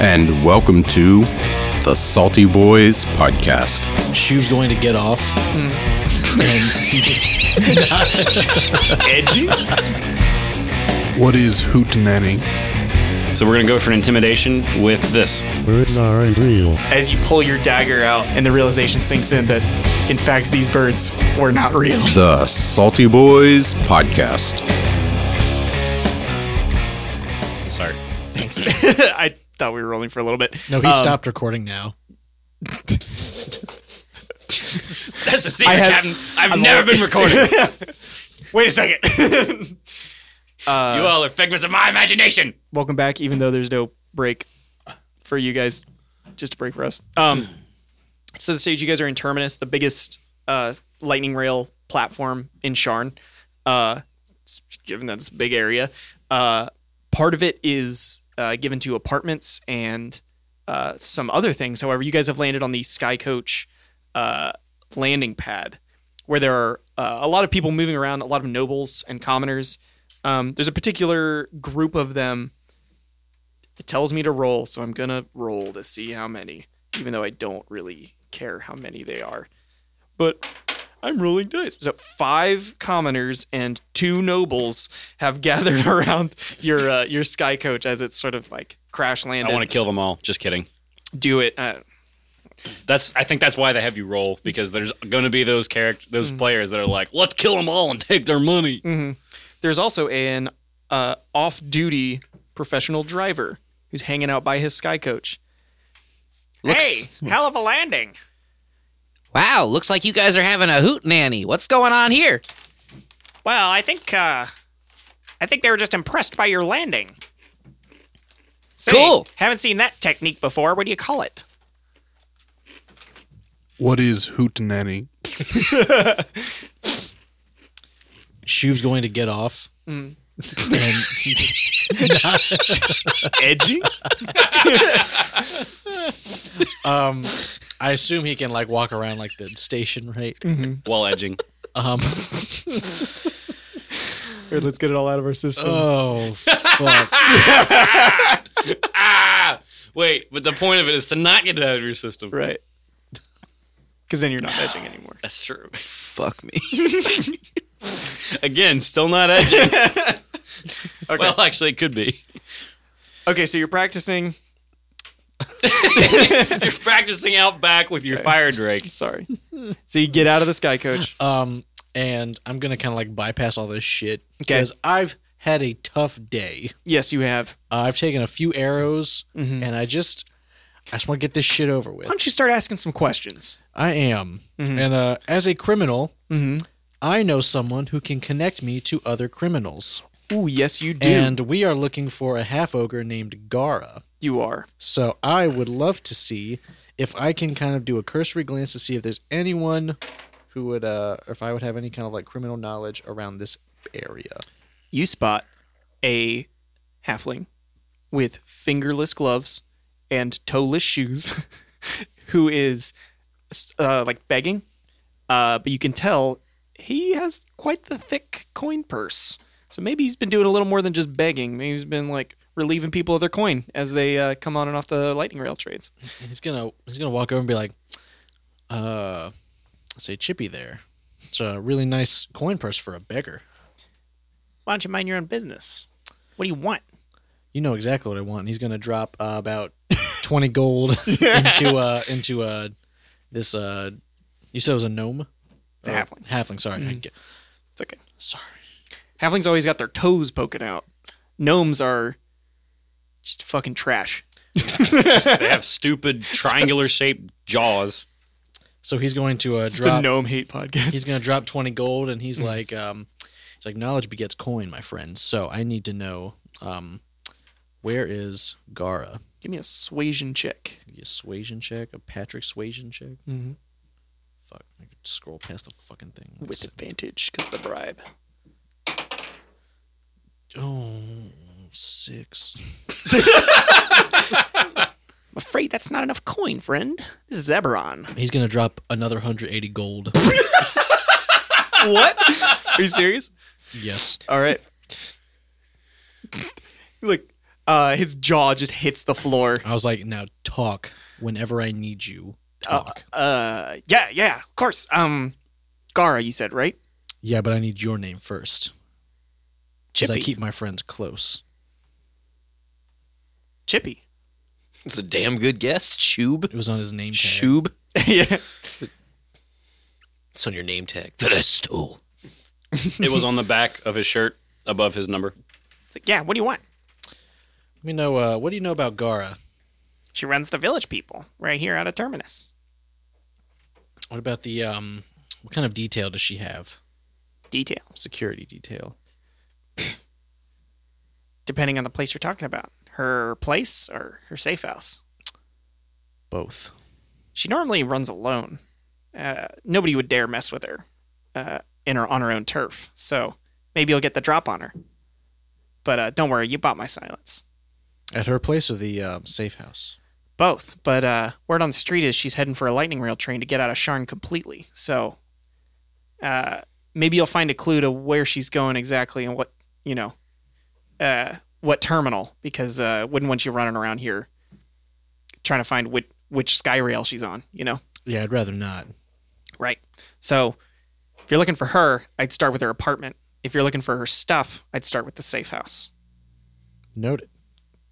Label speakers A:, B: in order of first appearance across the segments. A: and welcome to the Salty Boys Podcast.
B: Shoe's going to get off.
C: Edgy.
D: What is hootenanny?
C: So we're gonna go for an intimidation with this.
E: Birds aren't real.
F: as you pull your dagger out and the realization sinks in that in fact these birds were not real
A: The Salty Boys Podcast.
C: Start.
F: thanks i thought we were rolling for a little bit
B: No, he
F: Um,
B: stopped recording now.
C: That's a secret,
F: I have-
C: Captain. I've never been recording.
F: wait a second
C: you all are figments of my imagination.
F: welcome back even though there's no break for you guys just a break for us um so the stage you guys are in terminus the biggest uh lightning rail platform in sharn uh given that it's a big area uh part of it is uh given to apartments and uh some other things however you guys have landed on the sky coach uh landing pad where there are uh, a lot of people moving around a lot of nobles and commoners um, there's a particular group of them it tells me to roll, so I'm gonna roll to see how many, even though I don't really care how many they are. But I'm rolling dice. So five commoners and two nobles have gathered around your uh, your sky coach as it's sort of like crash landed.
C: I want to kill them all. Just kidding.
F: to do it. Uh,
C: That's. I think that's why they have you roll because there's going to be those character, those players that are like, let's kill them all and take their money.
F: there's also an uh, off-duty professional driver who's hanging out by his sky coach. hey, hell of a landing!
G: Wow, looks like you guys are having a hoot nanny. What's going on here?
F: Well, I think uh, I think they were just impressed by your landing. See,
G: Cool.
F: Haven't seen that technique before. What do you call it?
D: What is hootenanny?
B: Shoe's going to get off. And
F: Edgy.
B: um, I assume he can like walk around like the station, right?
C: While edging.
B: Um,
F: let's get it all out of our system.
B: oh fuck!
C: ah. Wait, but the point of it is to not get it out of your system.
F: right. Because then you're not edging anymore.
C: That's true.
G: Fuck me.
C: Again, still not edging. Well, actually, it could be.
F: Okay, so you're practicing.
C: You're practicing out back with your fire drake.
F: Sorry. So you get out of the sky coach.
B: Um, and I'm gonna kind of like bypass all this shit because I've had a tough day.
F: Yes, you have.
B: Uh, I've taken a few arrows, and I just, I just want to get this shit over with.
F: Why don't you start asking some questions?
B: I am. And uh, as a criminal, I know someone who can connect me to other criminals.
F: Ooh, yes, you do.
B: And we are looking for a half ogre named Gara.
F: you are.
B: So I would love to see if I can kind of do a cursory glance to see if there's anyone who would, uh, or if I would have any kind of like criminal knowledge around this area.
F: you spot a halfling with fingerless gloves and toeless shoes who is uh, like begging uh, but you can tell he has quite the thick coin purse so maybe he's been doing a little more than just begging maybe he's been like relieving people of their coin as they uh, come on and off the lightning rail trades
B: And he's gonna he's gonna walk over and be like, uh, say Chippy there. It's a really nice coin purse for a beggar.
F: why don't you mind your own business what do you want
B: you know exactly what I want. And he's gonna drop uh, about twenty gold into uh into uh this uh you said it was a gnome,
F: it's a halfling Mm-hmm.
B: halfling. Sorry, I get-
F: it's okay
B: sorry.
F: halflings always got their toes poking out gnomes are just fucking trash
C: They have stupid triangular shaped jaws.
B: So he's going to uh,
F: It's a
B: drop.
F: gnome Mm-hmm. hate podcast.
B: He's gonna drop twenty gold, and he's like, um, it's like knowledge begets coin, my friends. So I need to know, um, where is Gara?
F: Give me a suasion check.
B: Give me a suasion check, a Patrick suasion check.
F: Mhm.
B: Fuck, I could scroll past the fucking thing.
F: With advantage, because the bribe.
B: oh, six.
F: I'm afraid that's not enough coin, friend. This is Eberron.
B: He's gonna drop another 180 gold.
F: what? Are you serious?
B: yes.
F: All right. Like, Uh, his jaw just hits the floor.
B: I was like, now talk whenever I need you. Talk.
F: Uh, yeah, yeah, of course. Um, Gara, you said right?
B: yeah, but I need your name first. Because I
F: Chippy.
B: keep my friends close.
F: Chippy.
G: It's a damn good guess. Chube.
B: It was on his name tag.
G: Chube.
F: yeah.
G: It's on your name tag that I stole.
C: It was on the back of his shirt above his number.
F: It's like, yeah. What do you want?
B: Let me know. Uh, what do you know about Gara?
F: She runs the village people right here out of Terminus.
B: What about the um? What kind of detail does she have?
F: Detail,
B: Security detail.
F: depending on the place you're talking about, her place or her safe house.
B: Both.
F: She normally runs alone. Uh, nobody would dare mess with her uh, in her on her own turf. So maybe you'll get the drop on her. But uh, don't worry, you bought my silence.
B: At her place or the um, safe house?
F: Both. But uh, word on the street is she's heading for a lightning rail train to get out of Sharn completely. So uh, maybe you'll find a clue to where she's going exactly and what you know, uh, what terminal. Because uh, wouldn't want you running around here trying to find which which sky rail she's on. You know.
B: Yeah, I'd rather not.
F: Right. So if you're looking for her, I'd start with her apartment. If you're looking for her stuff, I'd start with the safe house.
B: Noted.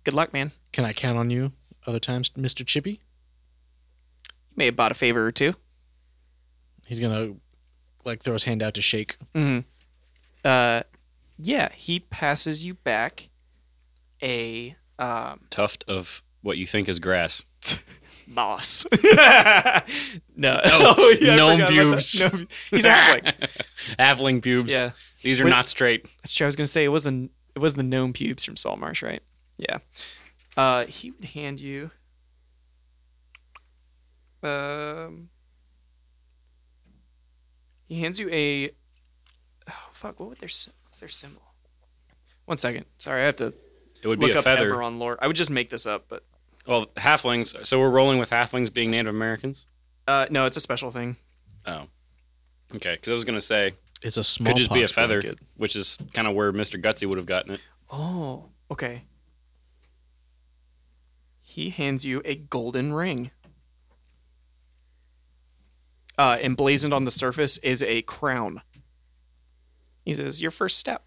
F: Good luck, man.
B: Can I count on you other times, Mister Chippy?
F: You may have bought a favor or two.
B: He's gonna like throw his hand out to shake.
F: Uh, yeah, he passes you back a um,
C: Tuft of what you think is grass.
F: moss. no. Oh, I forgot
C: gnome
F: about
C: pubes.
F: that. Gnome- He's a halfling.
C: Aveling pubes.
F: Yeah.
C: These are
F: Wait-
C: not straight.
F: That's true. I was gonna say it was the it was the gnome pubes from Saltmarsh, right? Yeah. Uh, he would hand you. Um. He hands you a. Oh fuck! What would their sy- what's their symbol? One second. Sorry, I have to
C: It would
F: look
C: be a
F: up
C: feather.
F: Eberron lore. I would just make this up, but
C: Well, halflings. So we're rolling with halflings being Native Americans.
F: uh, no, it's a special thing.
C: Oh, okay. Because I was gonna say
B: It's a small.
C: could just be a feather, which is kind of where Mister Gutsy would have gotten it.
F: Oh, okay. He hands you a golden ring. Uh, emblazoned on the surface is a crown. He says, Your first step.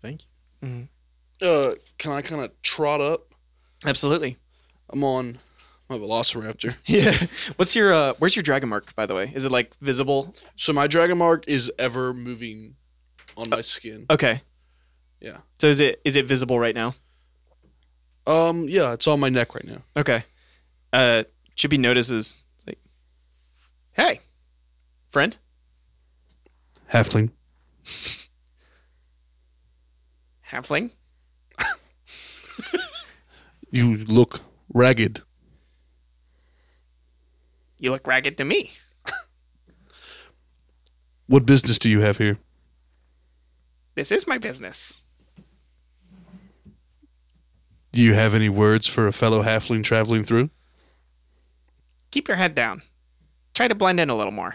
B: Thank you.
D: Uh, can I kind of trot up?
F: Absolutely.
D: I'm on my Velociraptor.
F: Yeah. What's your uh where's your dragon mark, by the way? Is it like visible?
D: So my dragon mark is ever moving on my skin.
F: Okay.
D: Yeah.
F: So is it is it visible right now?
D: Um, yeah, it's on my neck right now.
F: Okay. Uh should be notices like Hey. Friend?
D: Halfling.
F: Halfling?
D: You look ragged.
F: You look ragged to me.
D: What business do you have here?
F: This is my business.
D: Do you have any words for a fellow halfling traveling through?
F: keep your head down. Try to blend in a little more.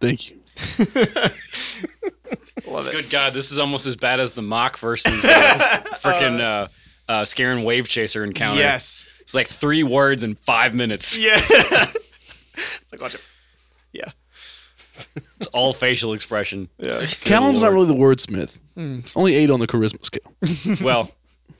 D: Thank you.
F: Love it.
C: Good God, this is almost as bad as the mock versus uh, freaking uh, uh, Scarin Wave Chaser encounter.
F: Yes.
C: it's like three words in five minutes.
F: Yeah. it's like watch it. Yeah.
C: It's all facial expression.
F: Yeah.
D: Callan's not really the wordsmith. Only eight on the charisma scale.
C: Well,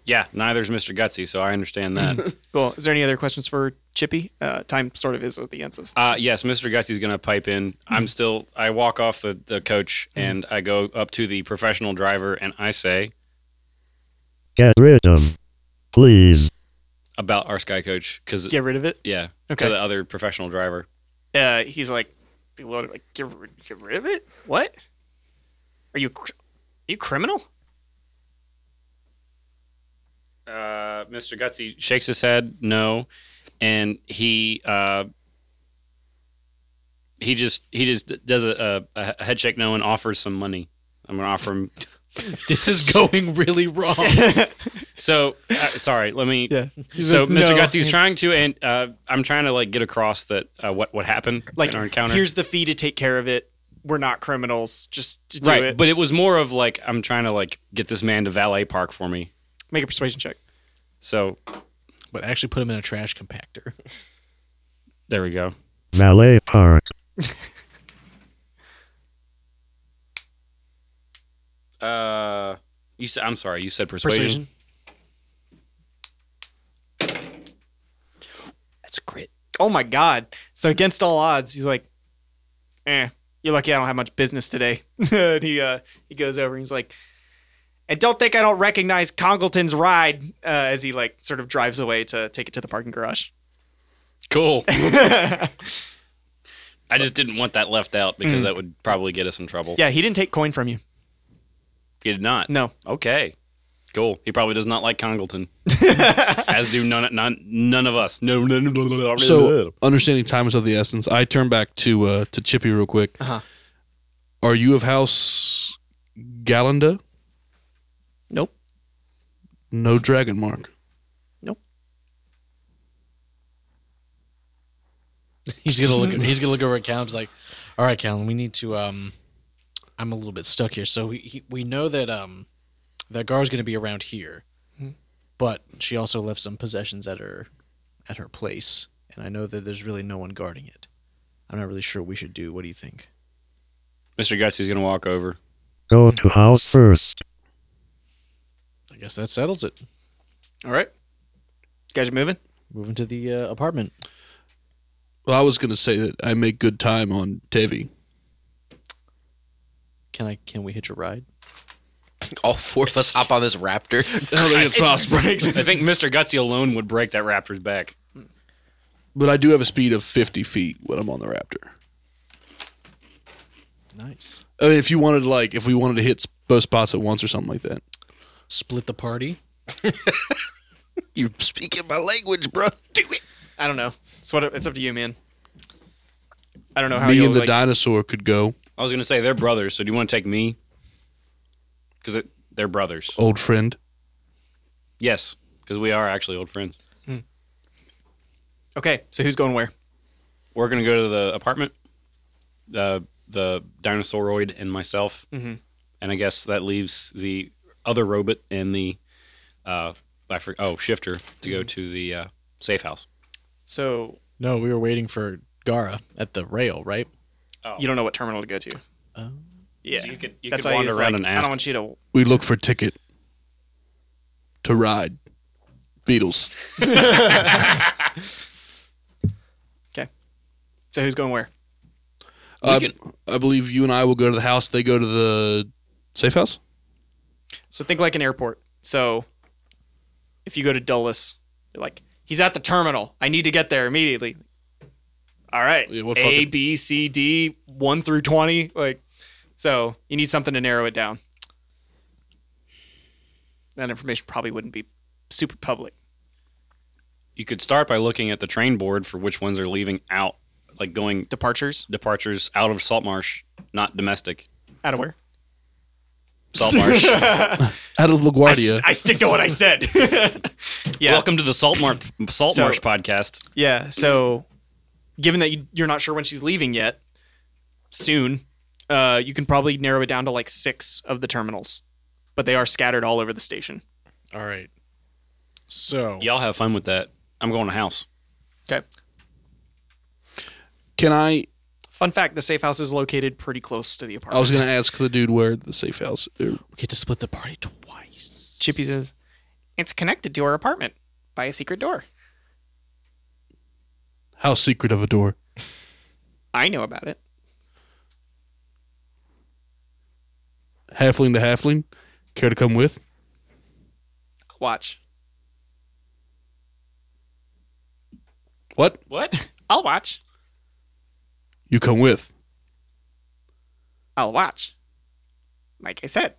C: yeah, neither's Mister Gutsy, so I understand that.
F: Cool. Is there any other questions for Chippy? Uh, time sort of is with the answers.
C: Uh, yes, Mr. Gutsy's going to pipe in. I'm still, I walk off the, the coach and I go up to the professional driver and I say
E: Get rid of. Please.
C: about our sky coach because,
F: Get rid of it.
C: yeah,
F: Okay.
C: to the other professional driver.
F: Uh, he's like bewildered. Like get, rid- get rid of it. What? Are you cr- are you criminal?
C: Uh, Mr. Gutsy shakes his head, no, and he, uh, he just he just does a, a, a head shake no and offers some money. I'm gonna offer him.
B: This is going really wrong.
C: So uh, sorry, let me.
F: Yeah.
C: So Mr.
F: No.
C: Gutsy's trying to, and uh, I'm trying to like get across that uh, what what happened
F: Like
C: in our encounter.
F: here's the fee to take care of it. we're not criminals. Just to do
C: right,
F: it.
C: but it was more of like I'm trying to like get this man to valet park for me.
F: Make a persuasion check.
C: So
B: but actually put him in a trash compactor.
C: there we go.
E: Valet Park.
C: Uh, you said I'm sorry. You said persuasion.
F: That's a crit. Oh my god! So against all odds, he's like, "Eh, you're lucky I don't have much business today." and he uh, he goes over and he's like, "And don't think I don't recognize Congleton's ride." Uh, as he like sort of drives away to take it to the parking garage.
C: Cool. I just didn't want that left out because that would probably get us in trouble.
F: Mm. Yeah, he didn't take coin from you.
C: He did not.
F: No.
C: Okay. Cool. He probably does not like Congleton, as do none, none, none of us. No, no, no, no, no, no.
D: So understanding time is of the essence. I turn back to uh, to Chippy real quick.
F: Uh-huh.
D: Are you of House Galanda?
F: Nope.
D: No dragon mark.
B: He's gonna look. He's gonna look over at Callum's like, "All right, Callum, we need to. Um, I'm a little bit stuck here. So we he, we know that um, that Gar's gonna be around here, but she also left some possessions at her, at her place, and I know that there's really no one guarding it. I'm not really sure what we should do. What do you think?
C: Mr. Gutsy's gonna walk over.
E: Go to house first.
B: I guess that settles it.
F: All right. You guys are moving.
B: Moving to the uh, apartment.
D: Well, I was gonna say that I make good time on Tevi.
B: Can I? Can we hitch a ride?
G: All four of us hop on this raptor.
D: I don't think it's possible.
C: I think Mr. Gutsy alone would break that raptor's back.
D: But I do have a speed of fifty feet when I'm on the Raptor.
B: Nice.
D: I mean, if you wanted, like, if we wanted to hit s- both spots at once or something like that.
B: Split the party.
G: you speaking my language, bro. Do it.
F: I don't know. It's what it's up to you, man. I don't know how
D: Me
F: you
D: and the
F: like,
D: dinosaur could go.
C: I was gonna say they're brothers. So do you want to take me? Because they're brothers.
D: Old friend.
C: Yes, because we are actually old friends.
F: Okay, so who's going where?
C: We're gonna go to the apartment. The the dinosauroid and myself, and I guess that leaves the other robot and the uh, I for, oh shifter to go to the uh, safe house.
F: So
B: No, we were waiting for Gara at the rail, right?
F: you don't know what terminal to go to. Oh. Yeah.
C: So you could- you
F: That's
C: could
F: why he
C: wander
F: was
C: around
F: like,
C: and
F: I
C: ask.
F: don't want you to.
D: We look for ticket to ride. Beatles.
F: Okay. So who's going where?
D: I, I believe you and I will go to the house. They go to the safe house.
F: So think like an airport. So if you go to Dulles, you're like, he's at the terminal. I need to get there immediately. All right.
D: Yeah, what
F: A,
D: fucking-
F: B, C, D, 1 through 20. Like, so you need something to narrow it down. That information probably wouldn't be super public.
C: You could start by looking at the train board for which ones are leaving out, like going
F: Departures
C: departures out of Saltmarsh, not domestic.
F: out of where?
C: Saltmarsh.
D: Out of
F: I,
D: LaGuardia.
F: st- I stick to what I said. yeah.
C: Welcome to the Saltmarsh Saltmarsh podcast.
F: Yeah. So, given that you, you're not sure when she's leaving yet, soon, uh, you can probably narrow it down to like six of the terminals, but they are scattered all over the station.
B: All right. So
C: Y'all have fun with that. I'm going to house.
F: Okay.
D: Can I?
F: Fun fact: the safe house is located pretty close to the
D: I
F: apartment.
D: was gonna ask the dude where the safe house. er,
B: we get to split the party twice.
F: Chippy says, "It's connected to our apartment by a secret door.
D: How secret of a door.
F: I know about it.
D: Halfling to halfling. Care to come with?
F: Watch.
D: What?
F: What? I'll watch.
D: You come with.
F: I'll watch. Like I said,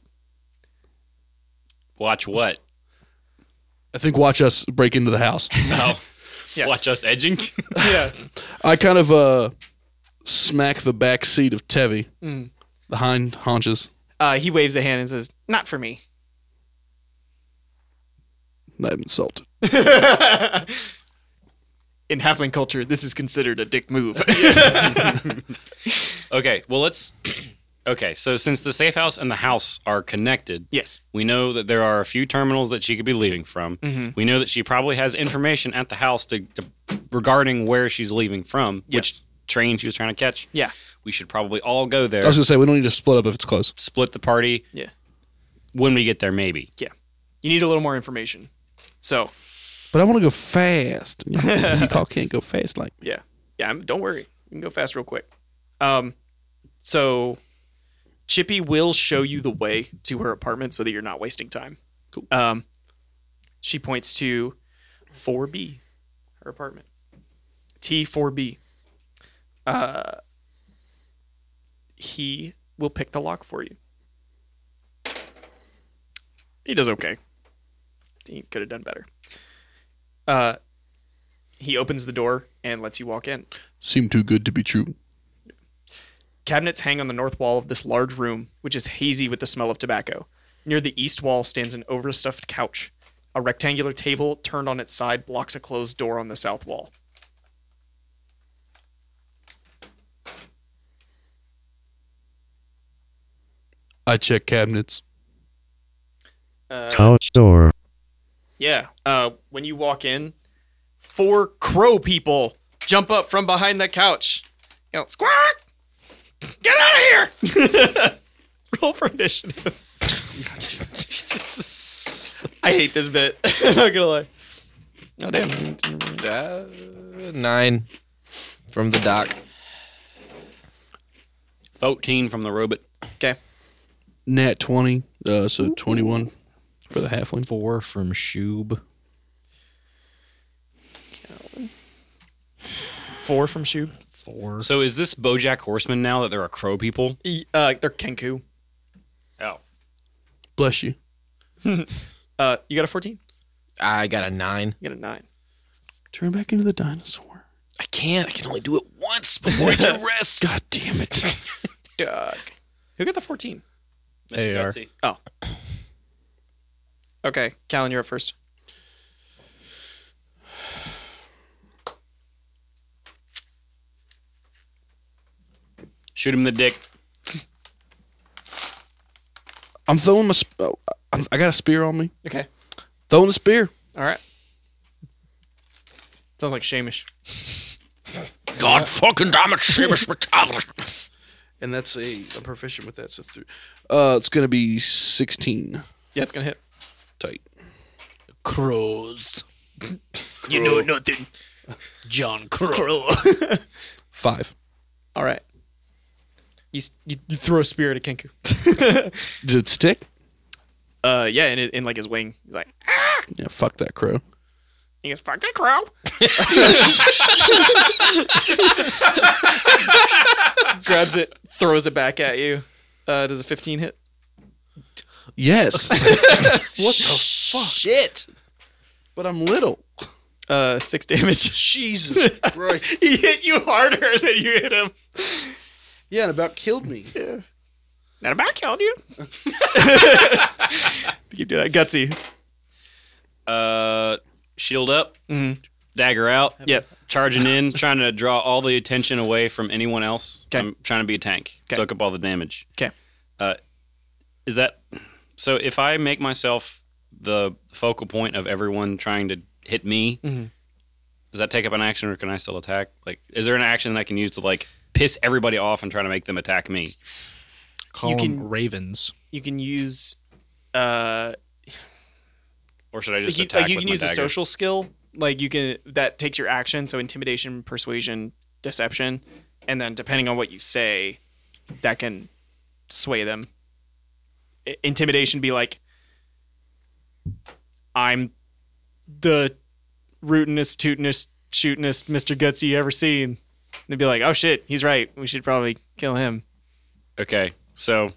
C: Watch what?
D: I think watch us break into the house.
C: Oh, watch us edging.
D: I kind of uh smack the back seat of Tevi,
F: Hmm.
D: the hind haunches.
F: uh, he waves a hand and says, "Not for me."
D: And I'm insulted.
F: in halfling culture, this is considered a dick move.
C: Okay, well let's. okay, so since the safe house and the house are connected,
F: yes.
C: we know that there are a few terminals that she could be leaving from.
F: Mm-hmm.
C: We know that she probably has information at the house to, to regarding where she's leaving from,
F: Yes.
C: which train she was trying to catch.
F: Yeah.
C: we should probably all go there.
D: I was gonna say we don't need to split up if it's close.
C: split the party
F: Yeah.
C: when we get there, maybe.
F: Yeah. You need a little more information. So,
D: But I want to go fast. You all can't go fast like
F: yeah. Yeah, I'm, don't worry. You can go fast real quick. Um, so, Chippy will show you the way to her apartment so that you're not wasting time. Cool. Um, she points to 4B, her apartment. T4B. Uh, he will pick the lock for you. He does okay. He could have done better. Uh, he opens the door and lets you walk in.
D: seem too good to be true.
F: Cabinets hang on the north wall of this large room, which is hazy with the smell of tobacco. Near the east wall stands an overstuffed couch. A rectangular table turned on its side blocks a closed door on the south wall.
D: I check cabinets.
E: Couch door.
F: Yeah. Uh, when you walk in, four crow people jump up from behind the couch. You know, squawk! Get out of here! Roll for initiative. I hate this bit. I'm not gonna lie. Oh damn.
H: Nine from the dock.
C: 14 from the robot.
F: Okay.
D: Nat twenty, uh, so twenty one for the halfling.
B: Four from Shub.
F: Four from Shub.
B: Four.
C: So is this Bojack Horseman now that there are crow people?
F: E- Uh, they're Kenku.
C: Oh.
D: Bless you.
F: Uh, you got a 14?
H: I got a nine.
F: You got a 9.
D: Turn back into the dinosaur.
H: I can't. I can only do it once before I can rest. God damn it.
F: Doug. Who got the 14?
C: Mr.
B: AR.
C: Gutsy.
F: Oh. Okay. Callan, you're up first.
C: Shoot him in the dick.
D: I'm throwing my. Sp- oh, I- I got a spear on me.
F: Okay.
D: Throwing the spear.
F: All right. Sounds like Shamish.
H: God fucking damn it, Seamus McTavish.
D: And that's a. I'm proficient with that. So three. Uh, it's gonna be sixteen.
F: Yeah, it's gonna hit.
D: Tight.
B: Crows. You know nothing. John Crow.
D: Five.
F: All right. You, s- you, you throw a spear at a Kenku.
D: Did it stick?
F: uh, yeah, and it, in like his wing, he's like,
D: Yeah. Fuck that crow.
F: he goes, "Fuck that crow." Grabs it, throws it back at you. Uh, does a 15 hit?
D: Yes.
H: Shit.
D: but I'm little.
F: Uh, six damage.
D: Jesus Christ.
F: he hit you harder than you hit him.
D: Yeah, and about killed me.
F: That about killed you. you do that, gutsy.
C: Uh, shield up.
F: Mm-hmm.
C: Dagger out.
F: Yep.
C: Charging in, trying to draw all the attention away from anyone else.
F: 'Kay.
C: I'm trying to be a tank.
F: 'Kay.
C: Soak up all the damage.
F: Okay.
C: Is that so? If I make myself the focal point of everyone trying to hit me,
F: Mm-hmm.
C: does that take up an action, or can I still attack? Like, is there an action that I can use to like piss everybody off and try to make them attack me?
B: Call
F: You
B: 'em
F: can-
B: Ravens.
F: You can use. Uh,
C: Or should I just
F: like you,
C: attack
F: like you
C: with
F: can
C: my
F: use a
C: dagger?
F: social skill like you can that takes your action so intimidation persuasion deception and then depending on what you say that can sway them I- intimidation be like i'm the rootinest tootinest shootinest mr gutsy you ever seen and they'd be like oh shit he's right we should probably kill him
C: Okay, so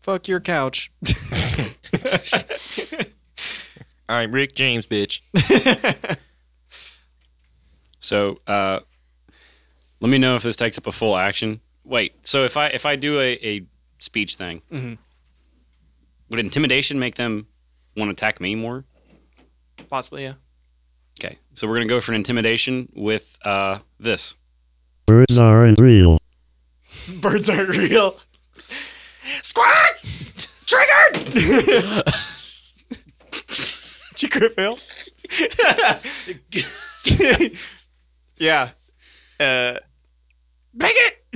F: fuck your couch
H: I'm Rick James, bitch.
C: So uh, let me know if this takes up a full action. Wait, so if I if I do a, a speech thing, would intimidation make them want to attack me more?
F: possibly yeah
C: Okay, so we're gonna go for an intimidation with uh, this.
E: Birds aren't real.
F: Birds aren't real. Squawk! Triggered! Did you crit fail? yeah. Uh, Bigot!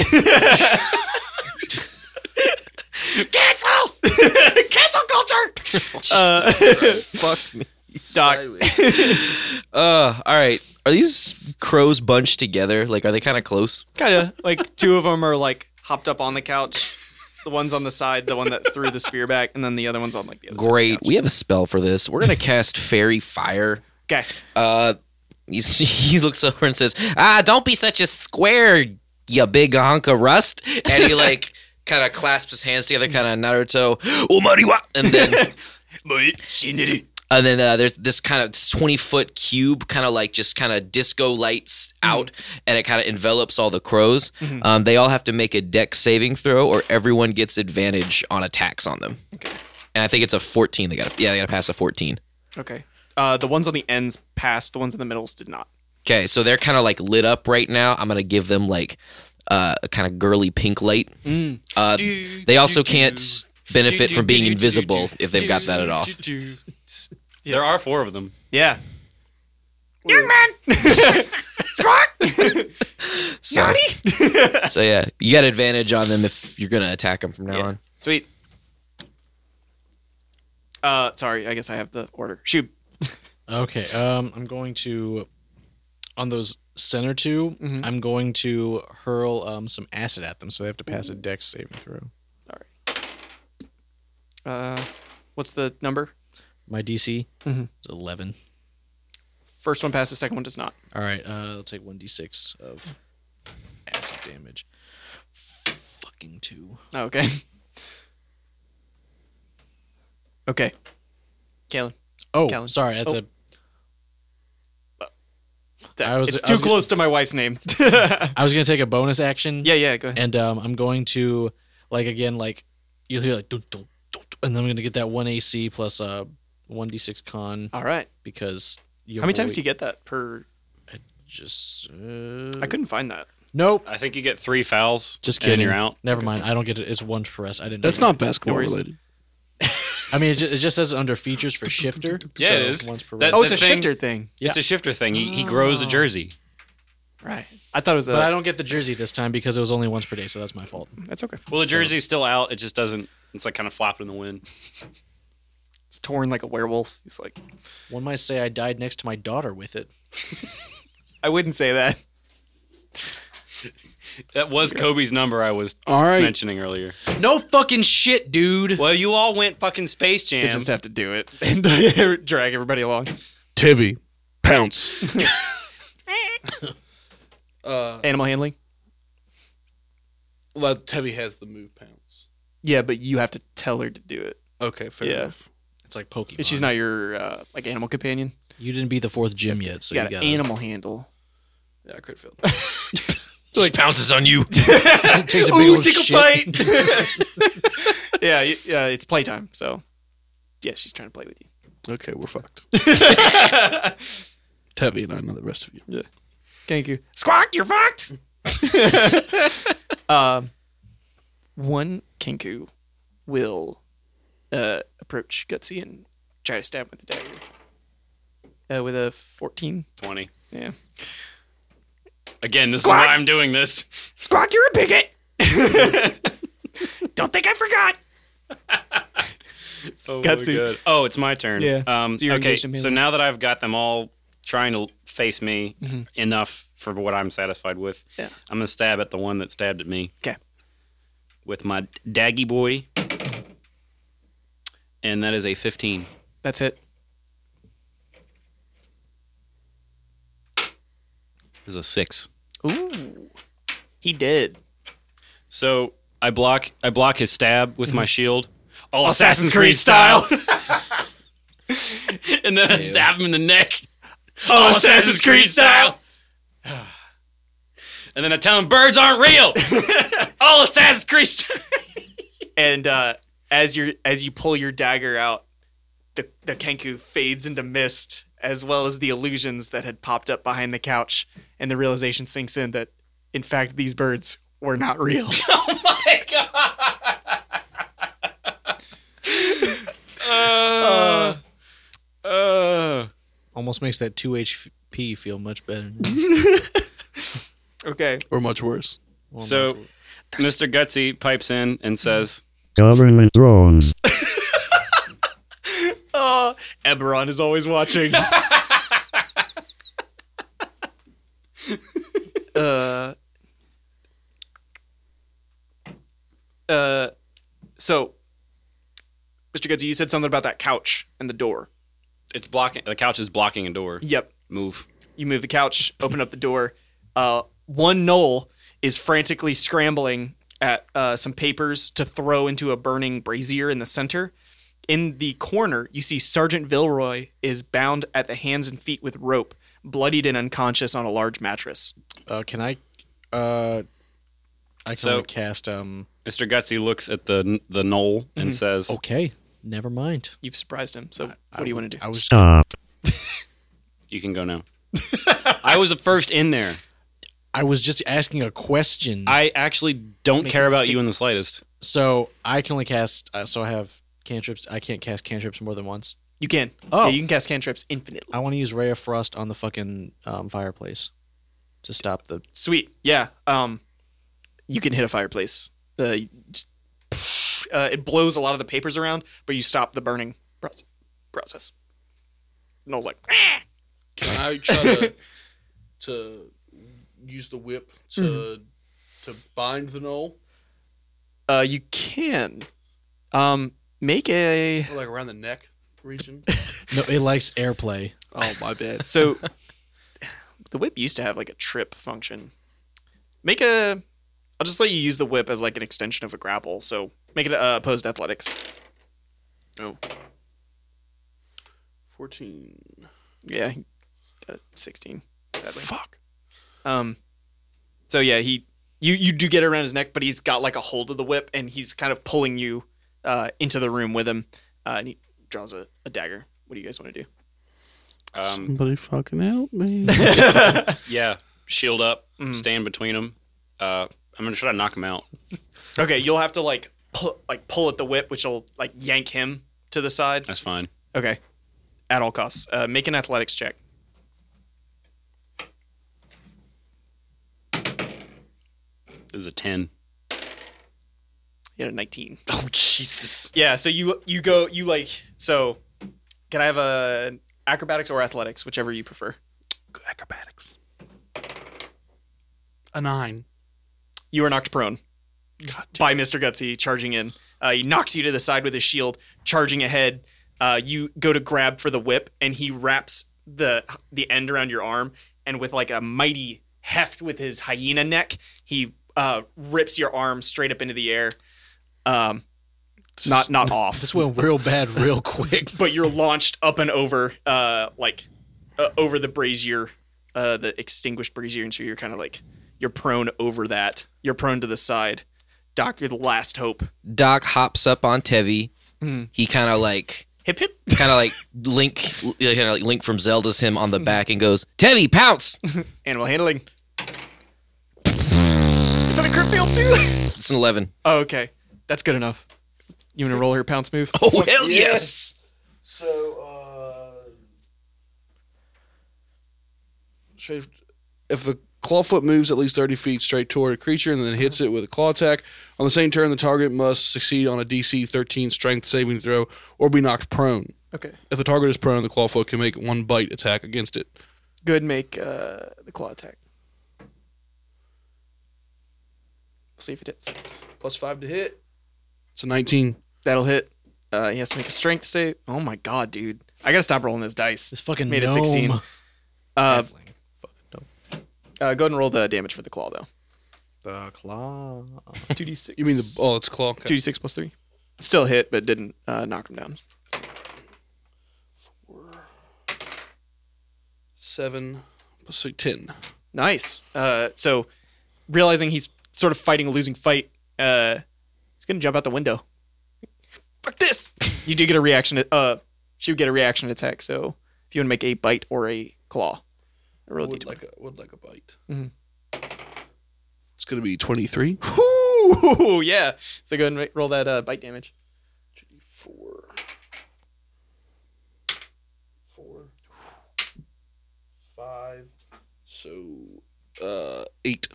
F: Cancel! Cancel culture! Uh,
I: Fuck me.
F: Doc.
I: Uh, all right. Are these crows bunched together? Like, are they kind of close?
F: kind of like two of them are like hopped up on the couch. The one's on the side, the one that threw the spear back, and then the other one's on like the other
I: Great. We have a spell for this. We're gonna cast fairy fire.
F: side. Okay.
I: Uh, he's, he looks over and says, "Ah, don't be such a square, you big hunk of rust." And he like kind of clasps his hands together, kind of Naruto, "Omariwa," and then and then uh, there's this kind of 20 foot cube kind of like just kind of disco lights out and it kind of envelops all the crows um, they all have to make a deck saving throw or everyone gets advantage on attacks on them and i think it's a 14 they gotta yeah they gotta pass a 14
F: Okay. Uh, the ones on the ends passed. The ones in the middles did not.
I: okay so they're kind of like lit up right now i'm gonna give them like uh, a kind of girly pink light uh, they also can't benefit from being invisible if they've got that at all
C: There are four of them.
F: Yeah.
I: so, so yeah you got advantage on them if you're gonna attack them from now on
F: Sweet. Uh, sorry. I guess I have the order. Shoot.
B: Okay. Um, I'm going to on those center 2 i
F: Mm-hmm.
B: I'm going to hurl um some acid at them, so they have to pass a dex saving throw.
F: Uh, what's the number?
B: My DC
F: Mm-hmm.
B: is 11.
F: First one passes. Second one does not.
B: All right. Uh, I'll take 1d6 of acid damage. Fucking two.
F: Oh, okay. okay. Kalen.
B: Oh,
F: Callan.
B: sorry. That's
F: Oh.
B: a. I was-
F: it's
B: I
F: too
B: was gonna-
F: close to my wife's name. yeah,
B: I was gonna take a bonus action.
F: yeah. Go ahead.
B: And um, I'm going to, like again, like you'll hear like, dun, dun, dun, dun, and then I'm gonna get that one AC plus uh one d6 con
F: All right.
B: because.
F: How many times do you get that per?
B: Just uh,
F: I couldn't find that.
B: nope.
C: I think you get three fouls.
B: Just
C: and
B: kidding.
C: you're out.
B: Never mind. I don't get it. It's one for us. I didn't.
D: That's
B: know
D: not basketball
F: worries.
D: related.
B: that. I mean, it just, it just says under features for shifter.
C: Yeah,
B: so
C: it is.
B: Once per
C: That-
B: round.
F: Oh,
C: Oh,
F: it's
C: it's
F: a
C: a thing-
F: shifter thing.
C: It's a shifter thing. He, he grows a jersey.
F: Right. I thought it was a.
B: But I don't get the jersey this time because it was only once per day, so that's my fault.
F: that's okay.
C: Well, the jersey's still out. It just doesn't. It's like kind of flopped in the wind.
F: It's torn like a werewolf. He's like,
B: One might say I died next to my daughter with it.
F: I wouldn't say that.
C: That was Kobe's number I was
D: All right.
C: mentioning earlier.
B: No fucking shit, dude.
C: Well, you all went fucking Space Jam.
F: You just have to do it and uh, drag everybody along.
D: Tivy, pounce.
F: Animal handling.
D: Uh, well, Tevy has the move pounce.
F: Yeah, but you have to tell her to do it.
D: Okay, fair
F: Yeah.
D: enough.
B: It's like Pokemon.
F: She's not your uh, like animal companion.
B: You didn't beat the fourth gym yet, so
F: You
B: you
F: got
B: got
F: to animal handle.
D: Yeah, I could feel.
I: like pounces on you
B: Takes a big old shit.
F: yeah, you, yeah. It's playtime, so yeah, she's trying to play with you.
D: Okay, we're fucked. Tevy and I know the rest of you.
F: Thank you. Squawk, you're fucked. um, one kinku will uh, approach Gutsy and try to stab him with the dagger. Uh, with a 14.
C: 20.
F: Yeah.
C: Again, this is why I'm doing this.
F: Squawk, you're a bigot. Don't think I forgot.
C: Oh,
F: my Gutsy. God.
C: oh it's my turn.
F: Yeah.
C: Um,
F: So you're
C: okay,
F: engaged in
C: so
F: melee.
C: now that I've got them all trying to face me enough for what I'm satisfied with,
F: Yeah.
C: I'm going to stab at the one that stabbed at me.
F: 'Kay.
C: With my daggy boy. And that is a 15.
F: That's it.
C: This is a 6.
F: Ooh. He did.
C: So I block I block his stab with my shield. All
F: Assassin's
C: Mm-hmm. Assassin's Creed style. and then I stab him in the neck. All Assassin's Creed style. And then I tell him birds aren't real. All Assassin's Creed style.
F: And uh, as you as you pull your dagger out, the the kenku fades into mist as well as the illusions that had popped up behind the couch, and the realization sinks in that, in fact, these birds were not real.
C: uh,
B: Almost makes that 2 HP feel much better.
F: okay.
D: or much worse.
C: So Mr. Gutsy pipes in and says,
E: Government drones.
F: Oh, Eberron is always watching. uh, uh, so, Mr. Goodsey, you said something about that couch and the door.
C: "It's blocking. The couch is blocking a door.
F: Yep.
C: Move."
F: You move the couch, open up the door. Uh, one knoll is frantically scrambling at uh, some papers to throw into a burning brazier in the center. In the corner, you see Sergeant Vilroy is bound at the hands and feet with rope, bloodied and unconscious on a large mattress.
B: Uh, can I? Uh, I can
C: So-
B: only cast. Um.
C: Mr. Gutsy looks at the the knoll and says,
B: Okay. Never mind.
F: You've surprised him, so what do you want to do?
B: I was.
E: Stop.
C: "You can go now." I was the first in there.
B: I was just asking a question.
C: I actually don't care about you in the slightest.
B: so I can only cast. Uh, so I have cantrips. I can't cast cantrips more than once.
F: you can.
B: Oh.
F: Yeah, you can cast cantrips infinitely.
B: I want to use ray of frost on the fucking um, fireplace to stop the.
F: Sweet. Yeah. Um, you can hit a fireplace. Uh, you just, uh, it blows a lot of the papers around, but you stop the burning proce- process. And I was like, "Ah."
D: Can I try to to use the whip to to bind the knoll,
F: uh, you can um, make a.
D: or like around the neck region?
B: No, it likes airplay.
D: oh my bad.
F: So the whip used to have like a trip function. Make a. I'll just let you use the whip as like an extension of a grapple. So make it uh, opposed athletics.
D: Fourteen.
F: Yeah, he got a 16. Sadly.
D: Fuck.
F: Um, so yeah, he you you do get around his neck, but he's got like a hold of the whip, and he's kind of pulling you uh, into the room with him, uh, and he draws a, a dagger. What do you guys want to do?
C: Um,
D: Somebody fucking help me.
C: yeah, shield up, stand between them. Uh, I'm gonna try to knock him out.
F: Okay, you'll have to like pull like pull at the whip, which will like yank him to the side.
C: That's fine.
F: Okay, at all costs, uh, make an athletics check.
C: This is a ten.
F: You had a 19. Oh Jesus. Yeah, so you you go you like so can I have a acrobatics or athletics, whichever you prefer.
D: Acrobatics. A nine.
F: You are knocked prone.
D: God
F: by Mr. Gutsy charging in. Uh, he knocks you to the side with his shield, charging ahead. Uh, you go to grab for the whip, and he wraps the the end around your arm, and with like a mighty heft with his hyena neck, he uh, rips your arm straight up into the air. Um, not not off,
B: This went real bad, real quick.
F: but you're launched up and over, uh, like uh, over the brazier, uh, the extinguished brazier, and so you're kind of like you're prone over that. You're prone to the side. Doc, you're the last hope.
I: Doc hops up on Tevi. He kind of like,
F: Hip hip.
I: kind of like Link, kind of like Link from Zelda's him on the back and goes, Tevi, pounce!
F: Animal handling. Is that a crit fail too?
I: It's an 11.
F: oh, okay. That's good enough. You want to roll her pounce move?
I: Oh, hell yes!
D: So, uh, straight, if the clawfoot moves at least 30 feet straight toward a creature and then hits it with a claw attack, on the same turn, the target must succeed on a DC 13 strength saving throw or be knocked prone.
F: Okay.
D: If the target is prone, the clawfoot can make one bite attack against it.
F: Good make uh, the claw attack. see if it hits.
D: Plus five to hit. It's a 19.
F: That'll hit. Uh, he has to make a strength save. Oh my god, dude. I gotta stop rolling this dice.
B: This fucking
F: Made a
B: gnome.
F: 16. Uh,
B: Halfling.
F: uh, go ahead and roll the damage for the claw though.
B: The claw.
F: 2d6.
D: You mean the. Oh, it's claw. Okay.
F: 2d6 plus 3? Still hit, but didn't uh, knock him down.
D: Seven plus three, 10.
F: Nice. Uh, so, realizing he's sort of fighting a losing fight, uh, he's gonna jump out the window. Fuck this! you do get a reaction. Uh, she would get a reaction attack. So If you want to make a bite or a claw, I roll a
D: Would
F: d20.
D: like a would like a bite. Mm-hmm. It's gonna be twenty three.
F: Ooh, yeah. So go ahead and make, roll that uh, bite damage.
D: Four. Four. Five. So uh eight.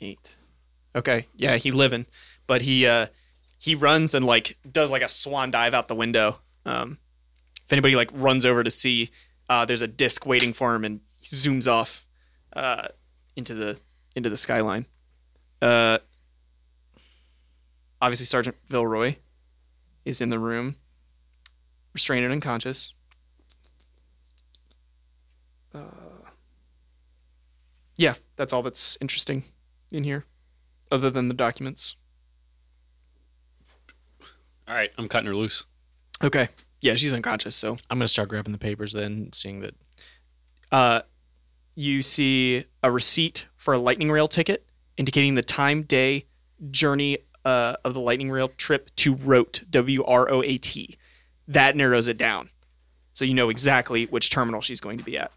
F: Eight. Okay. Yeah, he living, but he uh he runs and like does like a swan dive out the window. Um, if anybody like runs over to see, uh, there's a disc waiting for him and he zooms off uh into the into the skyline. Uh, obviously Sergeant Vilroy is in the room, restrained and unconscious. Uh, yeah, that's all that's interesting in here, other than the documents.
C: All right, I'm cutting her loose.
F: Okay. Yeah, she's unconscious. So,
B: I'm gonna start grabbing the papers then, seeing that
F: uh, you see a receipt for a lightning rail ticket indicating the time, day, journey uh, of the lightning rail trip to Rote, W R O A T. That narrows it down, so you know exactly which terminal she's going to be at.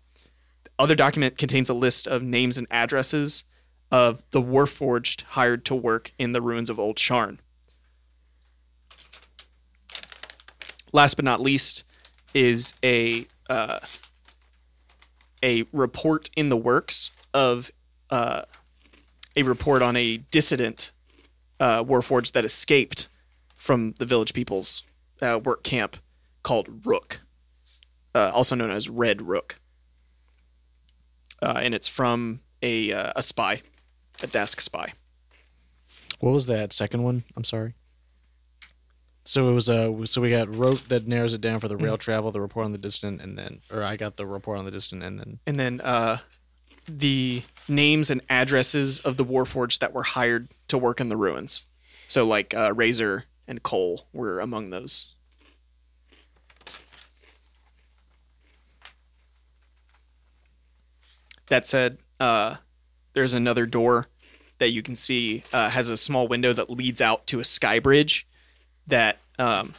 F: The other document contains a list of names and addresses of the warforged hired to work in the ruins of Old Sharn. Last but not least is a uh, a report in the works of uh, a report on a dissident uh, warforged that escaped from the village people's uh, work camp called Rook, uh, also known as Red Rook. Uh, and it's from a, uh, a spy, a desk spy.
B: what was that second one? I'm sorry. So it was uh so we got rope that narrows it down for the rail travel, the report on the distant, and then or I got the report on the distant, and then
F: And then uh, the names and addresses of the warforged that were hired to work in the ruins. So, like uh, Razor and Cole were among those That said, uh, there's another door that you can see uh, has a small window that leads out to a sky bridge that, um,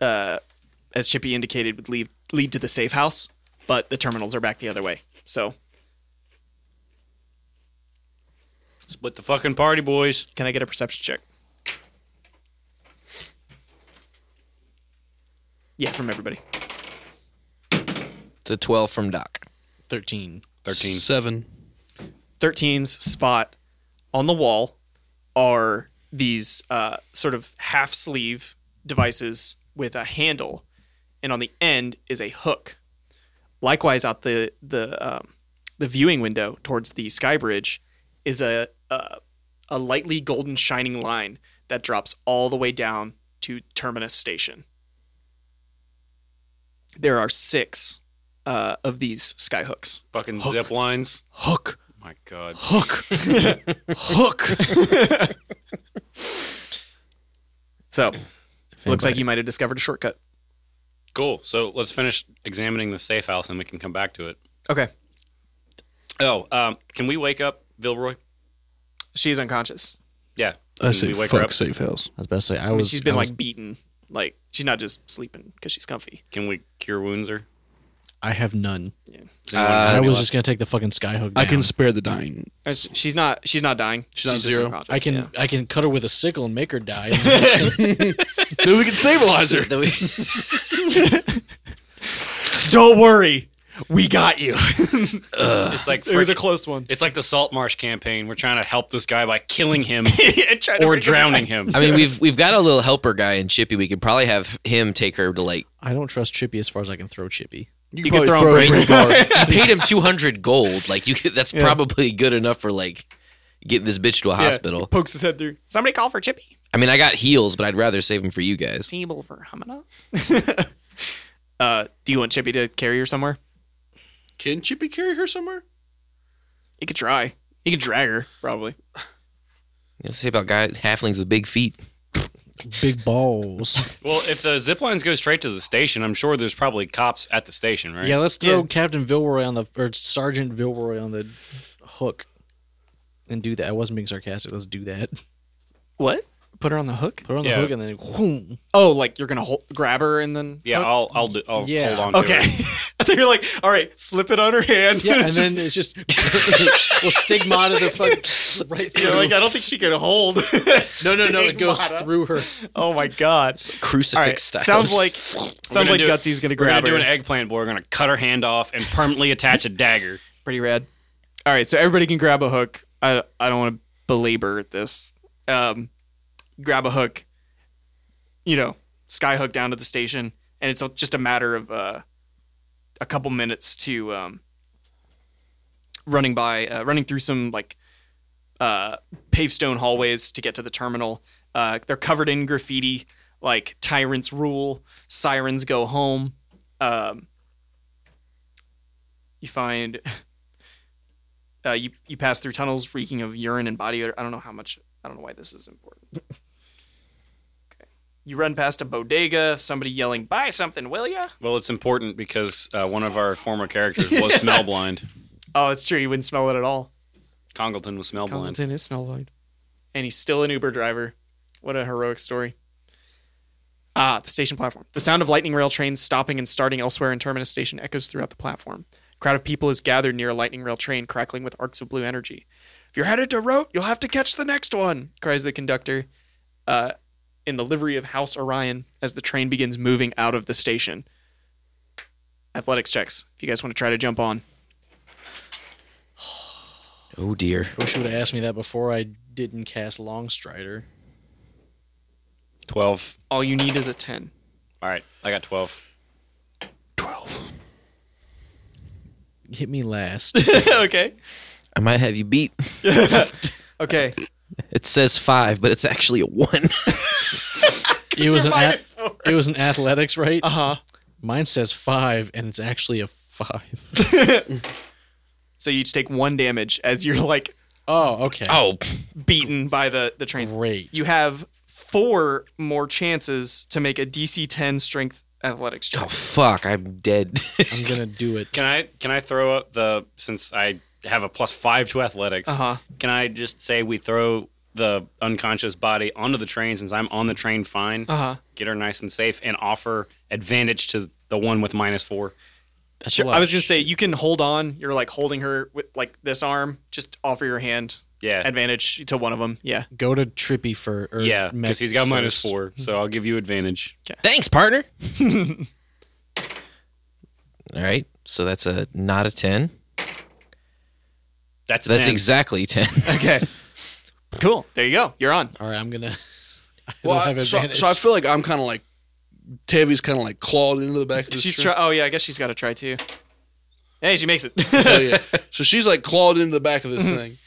F: uh, as Chippy indicated, would lead lead to the safe house, but the terminals are back the other way. So,
C: Split the fucking party, boys.
F: can I get a perception check? Yeah, from everybody.
I: It's a 12 from Doc.
B: thirteen.
C: 13.
D: Seven.
F: 13's spot on the wall are these uh, sort of half sleeve devices with a handle, and on the end is a hook. Likewise, out the the um, the viewing window towards the sky bridge is a, a a lightly golden shining line that drops all the way down to terminus station. There are six uh, of these sky hooks.
C: Fucking zip lines. Oh
B: Hook,
C: My God.
B: hook, hook.
F: So, looks like you might have discovered a shortcut.
C: Cool. So let's finish examining the safe house and we can come back to it.
F: Okay.
C: Oh, um, can we wake up Vilroy?
F: She's unconscious.
C: Yeah.
D: I
C: Can
D: say
C: we wake her
D: fuck
C: up?
D: safe house.
B: I was about to say I
F: I mean,
B: was.
F: she's been
B: I
F: like
B: was-
F: beaten. Like she's not just sleeping because she's comfy.
C: Can we cure wounds her?
B: I have none.
C: Does anyone have
B: I
C: any
B: was
C: left?
B: just gonna take the fucking skyhook.
D: I can
B: down.
D: spare the dying.
F: It's- She's not. She's not dying. She's
D: not
F: just
D: zero?
F: unconscious,
B: I can
F: yeah.
B: I can cut her with a sickle and make her die.
D: Maybe we can stabilize her.
F: Don't worry, we got you.
C: It's like
F: it was a
C: frick-
F: close one.
C: It's like the Salt Marsh campaign. We're trying to help this guy by killing him
F: And try to
C: or
F: make her
C: drowning him.
I: I mean, we've we've got a little helper guy in Chippy. We could probably have him take her to like.
B: I don't trust Chippy as far as I can throw Chippy.
D: You,
F: could
D: probably
F: throw him
D: it pretty far.
I: I paid him two hundred gold. Like you, could- that's probably good enough for like getting this bitch to a
F: Yeah,
I: hospital.
F: pokes his head through. Somebody call for Chippy.
I: I mean, I got heals, but I'd rather save him for you guys.
F: Table for Hamana. uh, do you want Chippy to carry her somewhere?
D: Can Chippy carry her somewhere?
F: You could try. You could drag her probably.
I: Let's say about guy halflings with big feet.
B: Big balls.
C: well, if the zip lines go straight to the station, I'm sure there's probably cops at the station, right?
B: Yeah, let's throw
F: Yeah.
B: Captain Vilroy on the or Sergeant Vilroy on the hook and do that. I wasn't being sarcastic. Let's do that.
F: What? Put her on the hook.
B: Put her on the
C: Yeah.
B: hook and then whoom.
F: Oh, like you're gonna hold, grab her and then
C: Yeah, I'll I'll do, I'll
B: Yeah.
C: hold on.
F: Oh, Okay,
C: To it.
F: I think you're like, all right, slip it on her hand.
B: Yeah, and
F: It's
B: then it's just well stigma to the fuck right
F: just- you're
B: through.
F: like, I don't think she can hold.
B: no, no, no, it goes
F: Stigmata.
B: through her.
F: Oh my god!
I: Crucifix
F: All right,
I: style.
F: sounds like sounds
C: gonna
F: like
C: do-
F: Gutsy's gonna
C: We're
F: grab
C: gonna do
F: her.
C: an eggplant boy. We're gonna cut her hand off and permanently attach a dagger.
F: Pretty rad. All right, so everybody can grab a hook. I I don't want to belabor this. Um, grab a hook. You know, sky hook down to the station, and it's just a matter of uh, a couple minutes to um, running by, uh, running through some like uh, paved stone hallways to get to the terminal. Uh, they're covered in graffiti like "Tyrants Rule," "Sirens Go Home." Um, you find uh, you you pass through tunnels reeking of urine and body odor. I don't know how much. I don't know why this is important. okay, you run past a bodega. Somebody yelling, "Buy something, will ya?"
C: Well, it's important because uh, one of our former characters was smell blind.
F: Oh, it's true. You wouldn't smell it at all.
C: Congleton was smell blind.
F: Congleton is smell blind, and he's still an Uber driver. What a heroic story. Ah, the station platform. The sound of lightning rail trains stopping and starting elsewhere in Terminus Station echoes throughout the platform. A crowd of people is gathered near a lightning rail train crackling with arcs of blue energy. If you're headed to Rote, you'll have to catch the next one, cries the conductor uh, in the livery of House Orion as the train begins moving out of the station. Athletics checks, if you guys want to try to jump on.
I: oh dear.
B: I wish you would have asked me that before I didn't cast Longstrider.
C: Twelve.
F: All you need is a 10.
C: All right, I got twelve.
B: Hit me last.
F: okay.
I: I might have you beat.
F: Okay.
I: It says five, but it's actually a one.
B: it was an ath- it was an athletics, right?
F: Uh huh.
B: Mine says five, and it's actually a five.
F: So you each take one damage as you're like
B: Oh, okay.
I: oh,
F: beaten by the the trains.
B: great.
F: You have four more chances to make a DC 10 strength athletics check.
I: oh fuck! I'm dead.
B: I'm gonna do it.
C: Can I can I throw up the since I have a plus five to athletics?
F: Uh-huh.
C: Can I just say we throw the unconscious body onto the train since I'm on the train? Fine.
F: Uh-huh.
C: Get her nice and safe and offer advantage to the one with minus four.
B: That's
F: Sure. I was gonna say you can hold on. You're like holding her with like this arm. Just offer your hand.
C: Yeah.
F: Advantage to one of them. Yeah.
B: go to Trippy for or
C: yeah,
B: Mech
C: because he's got minus
B: first.
C: four,
F: Mm-hmm.
C: so I'll give you advantage.
I: Thanks, partner. All right, so that's a not a ten.
C: That's a
I: That's
C: 10.
I: exactly ten.
F: Okay. cool. There you go. You're on.
B: All right, I'm gonna. I
D: Well,
B: don't have
D: I- so,
B: advantage.
D: so I feel like I'm kind of like Tevi's kind of like clawed into the back of the
F: She's
D: train.
F: try. Oh yeah. I guess she's got to try too. Hey, she makes it.
D: Oh, yeah. So she's like clawed into the back of this thing.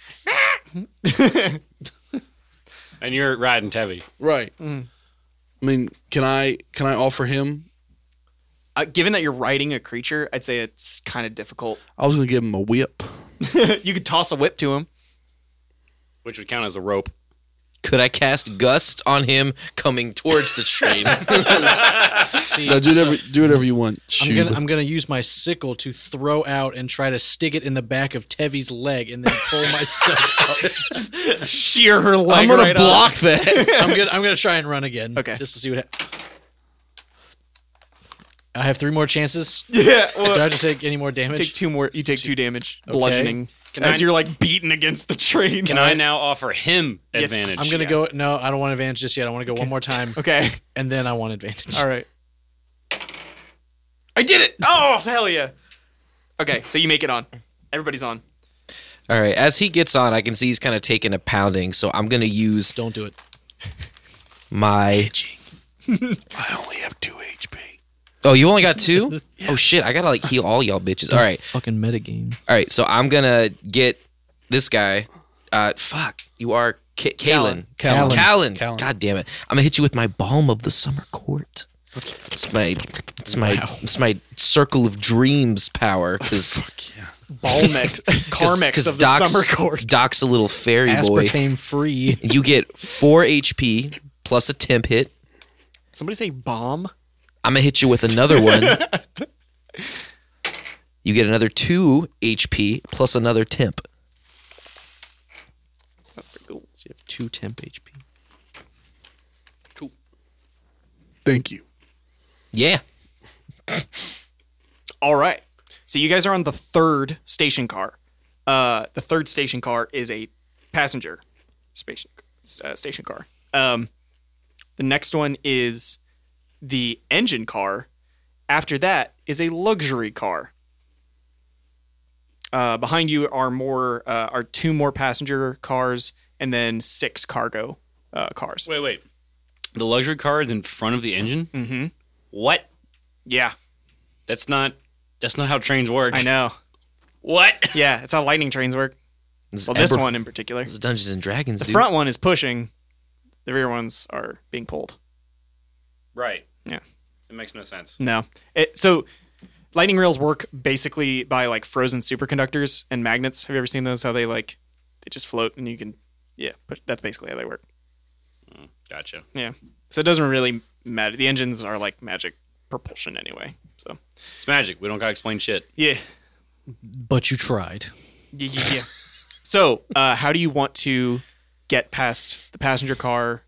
C: And you're riding Tevy.
D: Right. I mean, can I can I offer him?
F: uh, given that you're riding a creature, I'd say it's kind of difficult.
D: I was gonna give him a whip.
F: you could toss a whip to him.
C: which would count as a rope.
I: Could I cast gust on him coming towards the train?
B: See,
D: No, do
B: so
D: whatever do whatever you want.
B: I'm
D: Shoot.
B: gonna, I'm gonna use my sickle to throw out and try to stick it in the back of Tevi's leg and then pull myself up.
F: shear her leg.
D: I'm gonna
F: right
D: block
F: off.
D: that.
B: I'm gonna I'm gonna try and run again.
F: Okay.
B: Just to see what. hap- I have three more chances.
F: Yeah, well,
B: Do I have to take any more damage?
F: take two more. You take two damage, bludgeoning as
C: I-
F: you're like beaten against the train.
C: Can I now offer him
F: Yes.
C: advantage?
B: I'm gonna go. No, I don't want advantage just yet. I want to go one more time,
F: Okay.
B: and then I want advantage.
F: All right. I did it! Oh hell yeah! Okay, so you make it on. Everybody's on.
I: All right, as he gets on, I can see he's kind of taking a pounding, so I'm gonna use
B: Don't do it.
I: my. I only have two HP. Oh, you only got two? Oh shit! I gotta like heal all y'all bitches. All right,
B: Fucking metagame.
I: all right. So I'm gonna get this guy. Uh, fuck, you are K- Kalen.
B: Callan.
I: Callan. God damn it! I'm gonna hit you with my balm of the summer court. It's my, it's my, it's my circle of dreams power because
F: Balmex, Carmex of the summer court.
I: Doc's a little fairy boy.
B: Aspartame free.
I: You get four HP plus a temp hit.
F: Somebody say bomb.
I: I'm gonna hit you with another one. you get another two HP plus another temp.
B: So you have two temp HP.
D: Thank you.
I: Yeah.
F: All right. So you guys are on the third station car. Uh, the third station car is a passenger space, uh, station car. Um, the next one is the engine car. After that is a luxury car. Uh, behind you are more uh, are two more passenger cars and then six cargo uh, cars.
C: Wait, wait. The luxury car is in front of the engine. Mm-hmm. What?
F: Yeah,
C: That's not. That's not how trains work.
F: I know.
C: What?
F: Yeah, it's how lightning trains work.
I: It's
F: Well, this
I: Emperor-
F: one in particular.
I: It's Dungeons and Dragons.
F: The
I: dude.
F: front one is pushing. The rear ones are being pulled.
C: Right.
F: Yeah.
C: It makes no sense.
F: No. It, so lightning rails work basically by like frozen superconductors and magnets. Have you ever seen those? How they like they just float and you can yeah, but that's basically how they work.
C: Gotcha.
F: Yeah. So it doesn't really matter. The engines are like magic propulsion anyway. So
C: It's magic. We don't gotta explain shit.
F: yeah.
B: But you tried.
F: Yeah. yeah, yeah. so, uh, how do you want to get past the passenger car,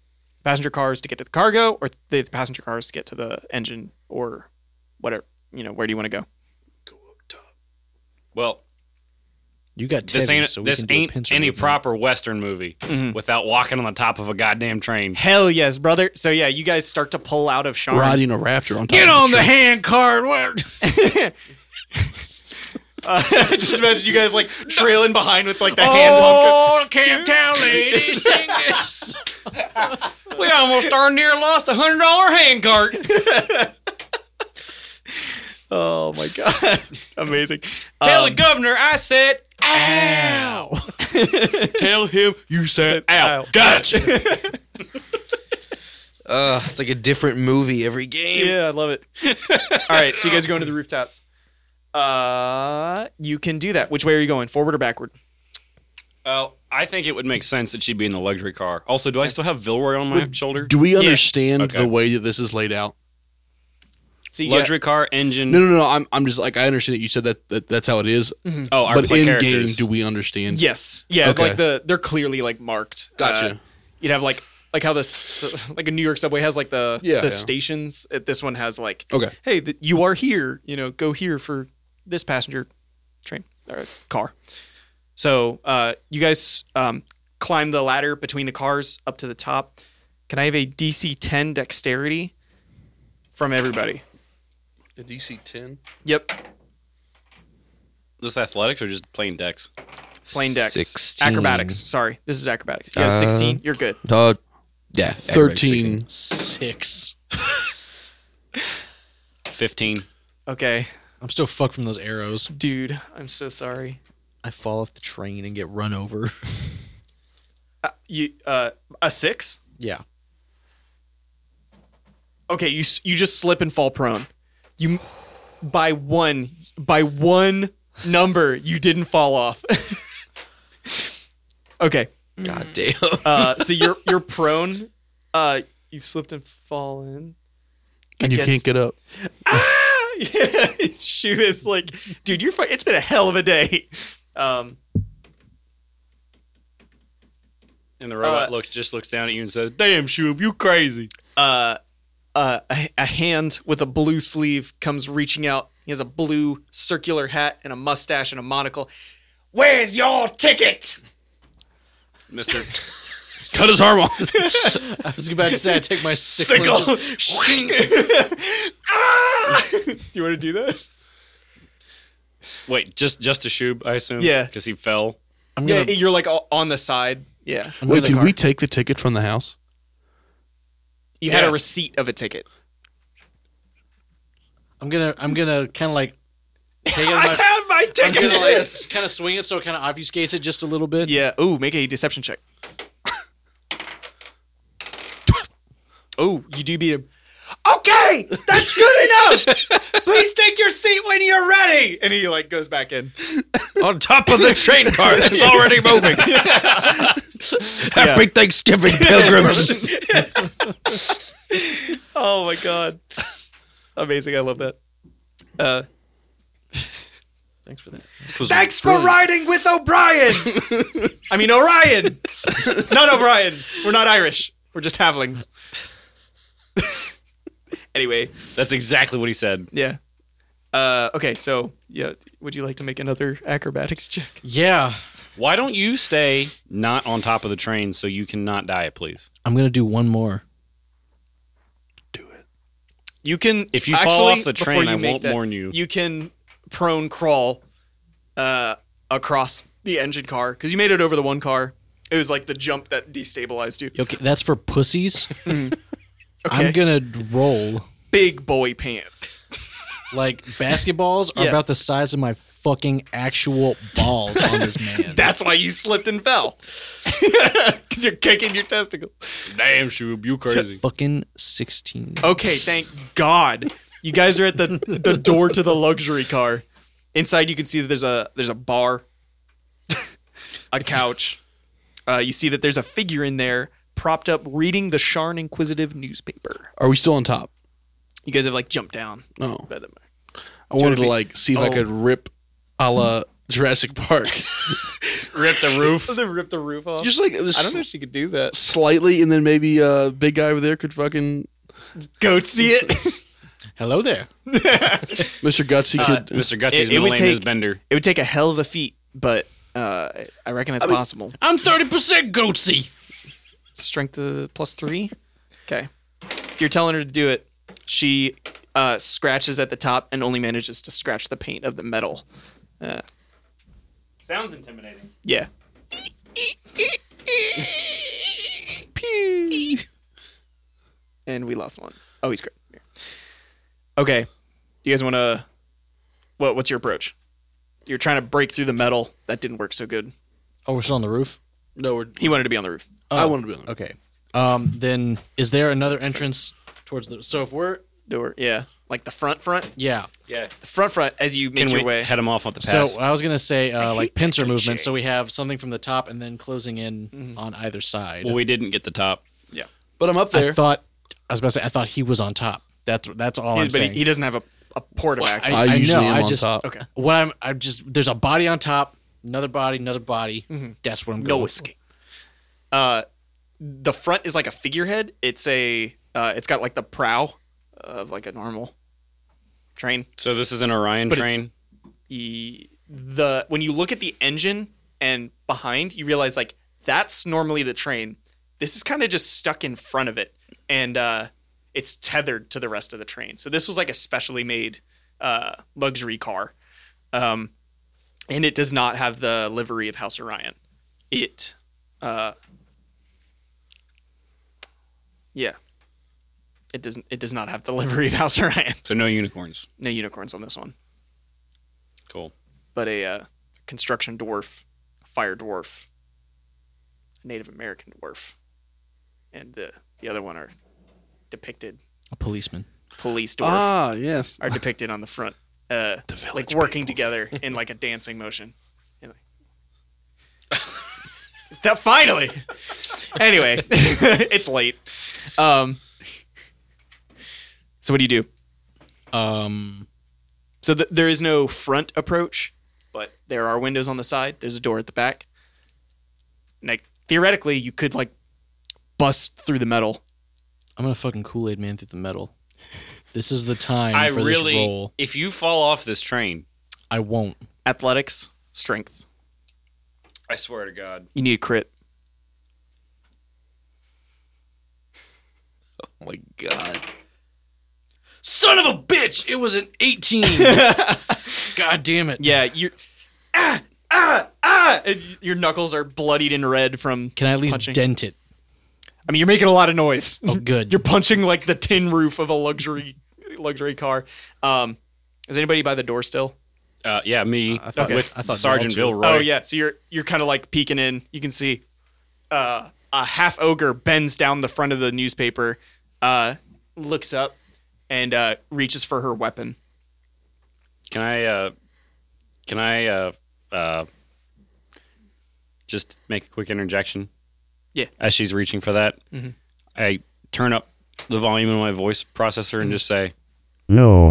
F: passenger cars to get to the cargo, or the passenger cars to get to the engine, or whatever? You know, where do you want to go?
C: Well,
B: You got
C: this
B: Teddy,
C: ain't
B: so we
C: this
B: can do a
C: ain't
B: pincer
C: any
B: movement.
C: proper Western movie without walking on the top of a goddamn train.
F: Hell yes, brother. So yeah, you guys start to pull out of Sharn.
D: Riding a raptor on top
C: Get
D: of
C: on
D: the
C: the
D: train.
C: hand card. What?
F: Just imagine you guys like trailing behind with like the
B: Oh.
F: hand honker.
C: Old Camp Town ladies. we almost darn near lost a hundred dollar hand cart.
F: Oh my god, amazing.
C: Tell the governor I said ow. Tell him you said ow. Gotcha.
I: Ugh, it's like a different movie every game.
F: Yeah, I love it. All right, so you guys are going to the rooftops. Uh, you can do that. Which way are you going? Forward or backward?
C: Well, I think it would make sense that she'd be in the luxury car. Also, do I still have Vilroy on my shoulder?
D: Do we understand
C: Okay.
D: the way that this is laid out?
F: So you
C: Luxury car engine.
D: No, no, no. I'm, I'm just like I understand that you said that, that that's how it is,
C: Oh, our
D: but
C: play
D: in
C: characters.
D: game, do we understand?
F: Yes. Yeah.
D: Okay.
F: Like the they're clearly like marked.
D: Gotcha.
F: Uh, you'd have like like how this like a New York subway has like the
D: Yeah,
F: the
D: yeah.
F: stations. Uh, This one has like
D: Okay.
F: hey th- you are here. You know go here for this passenger train or car. So uh, you guys um, climb the ladder between the cars up to the top. Can I have a DC 10 dexterity from everybody?
D: The DC ten.
F: Yep,
C: Just athletics or just plain decks?
F: plain dex.
I: 16.
F: Acrobatics. Sorry, this is acrobatics. You got a
I: Uh,
F: 16. You're good.
I: Uh, yeah.
D: Thirteen.
B: six.
C: Fifteen.
F: Okay,
B: I'm still fucked from those arrows.
F: dude. I'm so sorry.
B: I fall off the train and get run over.
F: you uh, a six
B: Yeah.
F: okay you s- you just slip and fall prone you by one by one number you didn't fall off okay
I: God damn.
F: uh, so you're you're prone uh, you've slipped and fallen
D: And you
F: guess-
D: can't get up.
F: yeah, his shoe is like, dude, you're. Fi- it's been a hell of a day. Um,
C: And the robot
F: Uh,
C: looks just looks down at you and says, "Damn, Shub, you crazy."
F: uh, a, a hand with a blue sleeve comes reaching out. He has a blue circular hat and a mustache and a monocle. Where's your ticket?
C: Mister,
D: Cut his arm off.
B: I was about to say I take my sickle.
F: Sickle.
B: and just-
F: Ah! do you want to do that?
C: wait, just just a Shub, I assume.
F: Yeah.
C: because he fell.
B: I'm
F: Yeah,
B: gonna,
F: you're like o- on the side. Yeah,
B: I'm
D: Wait,
B: gonna-
D: did we take the ticket from the house?
F: you had
C: Yeah.
F: a receipt of a ticket.
B: I'm gonna. I'm gonna kind of like take it. In my,
F: have my
B: I'm
F: ticket.
B: gonna like kind of swing it so it kind of obfuscates it just a little bit.
F: Yeah. Oh, make a deception check. oh, you do beat him. Okay, that's good enough. Please take your seat when you're ready. And he like goes back in.
I: On top of the train car that's already moving. Happy Thanksgiving, pilgrims.
F: Oh my god, amazing! I love that. Uh,
B: Thanks for that.
F: Thanks for riding with O'Brien. I mean Orion, not O'Brien. We're not Irish. We're just Havlings. Anyway,
C: That's exactly what he said.
F: yeah. Uh, okay, so yeah, would you like to make another acrobatics check?
B: Yeah.
C: Why don't you stay not on top of the train so you cannot die, please?
B: I'm going to do one more.
F: You can
C: If you fall
F: actually,
C: off the
F: before
C: train,
F: you
C: I
F: make
C: won't
F: that,
C: warn you.
F: You can prone crawl uh, across the engine car because you made it over the one car. It was like the jump that destabilized you.
B: Okay, that's for pussies. I'm
F: Hmm. Okay.
B: going to roll.
F: Big boy pants.
B: Like, basketballs are
F: Yeah.
B: about the size of my fucking actual balls on this man.
F: That's why you slipped and fell because you're kicking your testicle.
C: Damn, Shub, you crazy.
B: fucking 16.
F: Okay, thank God. You guys are at the the door to the luxury car. Inside, you can see that there's a there's a bar, a couch. Uh, you see that there's a figure in there propped up reading the Sharn Inquisitive newspaper.
D: Are we still on top?
F: You guys have like jumped down.
D: No.
F: By the-
D: I wanted to like see if I
F: Oh.
D: could rip a la Jurassic Park.
C: Rip the roof.
F: Oh, They ripped the roof off.
D: Just like
F: I don't know if she could do that.
D: slightly, and then maybe uh big guy over there could fucking
F: Go see it.
B: Hello there. Uh,
D: Mr. Gutsy could
C: Mr.
F: It- it
C: Gutsy's middle
F: would
C: name is
F: take-
C: Bender.
F: it would take a hell of a feat, but uh, I reckon it's possible.
B: I'm 30% goatsy.
F: strength uh, plus three. Okay. If you're telling her to do it, she uh, scratches at the top and only manages to scratch the paint of the metal. Uh,
C: Sounds intimidating.
F: Yeah. Pew. and we lost one. Oh, he's great. Here. Okay. You guys want to. What, what's your approach? You're trying to break through the metal. That didn't work so good.
B: Oh, we're still on the roof?
D: no, we're,
F: He wanted to be on the roof.
D: I wanted to be on the
B: uh, Okay. Um, then is there another entrance towards the. So if we're.
F: Door. Yeah. Like the front, front.
B: Yeah.
F: The front, front as you make
C: Can
F: your
C: we
F: way.
C: head him off with the
B: So
C: pass?
B: I was gonna say uh, like pincer movement. So we have something from the top and then closing in on either side.
C: well, we didn't get the top.
D: But I'm up
B: I
D: there.
B: thought I was about to say I thought he was on top. That's that's all
F: He-
B: I'm
F: but he,
B: saying.
F: he doesn't have a, a port of access.
D: I
B: I, I know.
D: usually am
B: I
D: on
B: just
D: top.
F: Okay.
B: what I'm. I just there's a body on top, another body, another body. That's what I'm going.
F: no escape. Uh, the front is like a figurehead. It's a uh, it's got like the prow of like a normal train.
C: So this is an Orion
F: But it's-
C: train.
F: E- The when you look at the engine and behind, you realize like that's normally the train. This is kind of just stuck in front of it, and uh, it's tethered to the rest of the train. So this was like a specially made uh, luxury car, um, and it does not have the livery of House Orion. It, uh, yeah, it doesn't. It does not have the livery of House Orion.
C: So no unicorns.
F: No unicorns on this one
C: Cool.
F: but a uh, construction dwarf, fire dwarf, Native American dwarf, and the the other one are depicted.
B: A policeman.
F: Police dwarf
D: Ah, yes.
F: are depicted on the front, uh, like working together in like a dancing motion. And, like- that finally. anyway, it's late. Um, so what do you do?
B: Um,
F: So th- there is no front approach, but there are windows on the side. There's a door at the back. And, Like theoretically, you could like bust through the metal.
B: I'm gonna fucking Kool Aid man through the metal. This is the time
C: I
B: for
C: really.
B: this roll.
C: If you fall off this train,
B: I won't.
F: Athletics, strength.
C: I swear to God.
F: You need a crit.
I: Oh my god.
B: Son of a bitch! It was an 18. God damn it!
F: Yeah, you. Ah, ah, ah! And y- your knuckles are bloodied and red from.
B: Can I at least
F: Punching.
B: dent it?
F: I mean, you're making a lot of noise.
B: Oh, good.
F: you're punching like the tin roof of a luxury luxury car. Um, is anybody by the door still?
C: Uh, yeah, me
B: thought-
C: with
B: I thought
C: Sergeant
B: y'all
C: Vilroy.
F: Oh yeah, so you're you're kind of like peeking in. You can see uh, a half ogre bends down the front of the newspaper, uh, looks up, and uh, reaches for her weapon.
C: Can I? Uh, can I? Uh, uh, just make a quick interjection.
F: Yeah. Mm-hmm.
C: As she's reaching for that, I turn up the volume of my voice processor
F: Mm-hmm.
C: and just say,
E: No.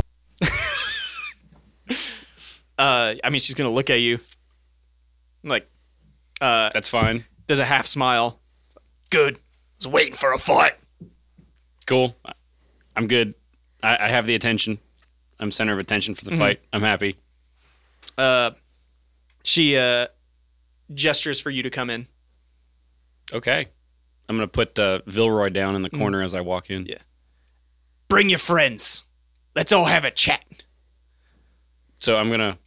F: Uh, I mean, she's gonna look at you, like uh,
C: "That's fine,
F: does a half smile. Good. I was waiting for a fight.
C: cool, I'm good." I, I have the attention. I'm center of attention for the
F: Mm-hmm.
C: fight. I'm happy.
F: Uh, She uh, gestures for you to come in.
C: Okay. I'm gonna put uh, Vilroy down in the corner as I walk in.
F: Mm-hmm. Yeah. Bring your friends. Let's all have a chat.
C: So I'm gonna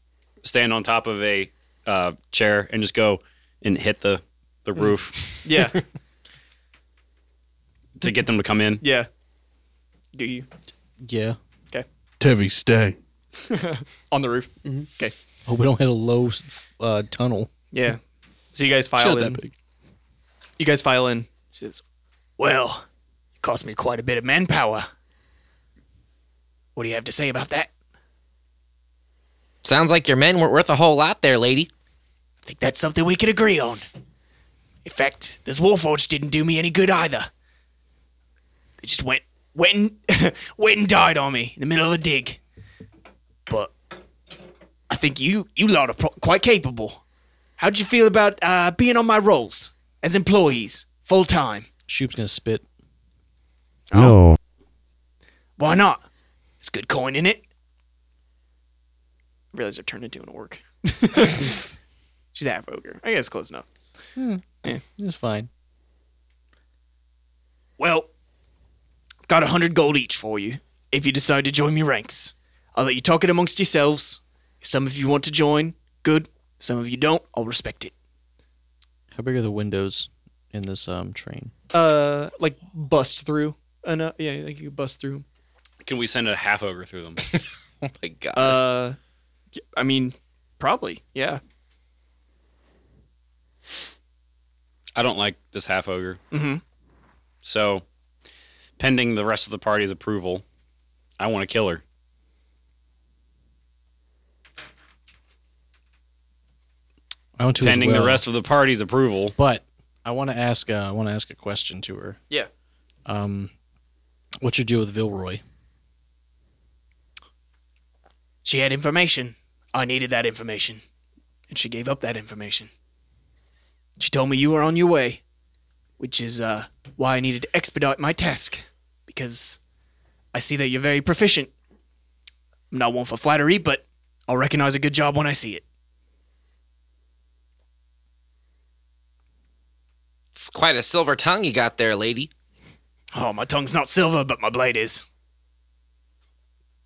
C: stand on top of a uh, chair and just go and hit the the
F: Mm-hmm.
C: roof
F: Yeah,
C: to get them to come in.
F: yeah. Do you
B: Yeah.
D: Tevi, stay.
F: on the roof? Okay.
B: Hope Oh, we don't hit a low uh, tunnel.
F: Yeah. So you guys file
D: Shut
F: in.
D: that big.
F: You guys file in. She says, "Well, it cost me quite a bit of manpower. What do you have to say about that?
G: Sounds like your men weren't worth a whole lot there, lady.
F: I think that's something we could agree on. In fact, this Warforge didn't do me any good either. It just went went and, went and died on me in the middle of a dig. But I think you you lot are pro- quite capable. How'd you feel about uh, being on my rolls as employees full time?
B: Shoop's gonna spit.
E: No.
F: Why not? It's good coin in it. I realize I've turned into an orc. She's half ogre. I guess close enough.
B: It's fine.
F: Well, got a hundred gold each for you if you decide to join me ranks. I'll let you talk it amongst yourselves. If some of you want to join, good. Some of you don't, I'll respect it.
B: How big are the windows in this um train?
F: Uh, like bust through. Enough. Yeah, like you bust through.
C: Can we send a half ogre through them?
I: My God.
F: Uh, I mean, probably. Yeah.
C: I don't like this half ogre. Mm-hmm. So, pending the rest of the party's approval, I want to kill her.
B: I want to as
C: pending
B: well,
C: the rest of the party's approval.
B: But I want to ask. Uh, I want to ask a question to her.
F: Yeah.
B: Um, what's your deal with Vilroy?
F: She had information. I needed that information. And she gave up that information. She told me you were on your way, which is uh, why I needed to expedite my task, because I see that you're very proficient. I'm not one for flattery, but I'll recognize a good job when I see it.
I: it's quite a silver tongue you got there, lady.
F: Oh, my tongue's not silver, but my blade is.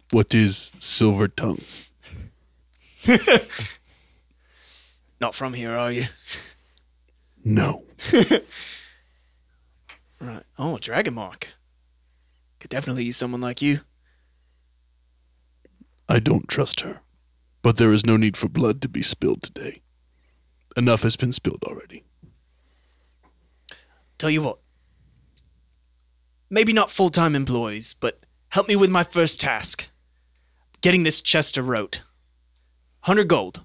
D: What is silver tongue?
F: Not from here, are you?
D: No.
F: Right. Oh, Dragon Mark. Could definitely use someone like you.
D: I don't trust her. But there is no need for blood to be spilled today. Enough has been spilled already.
F: Tell you what. Maybe not full time employees, but help me with my first task getting this chest to rote. 100 gold.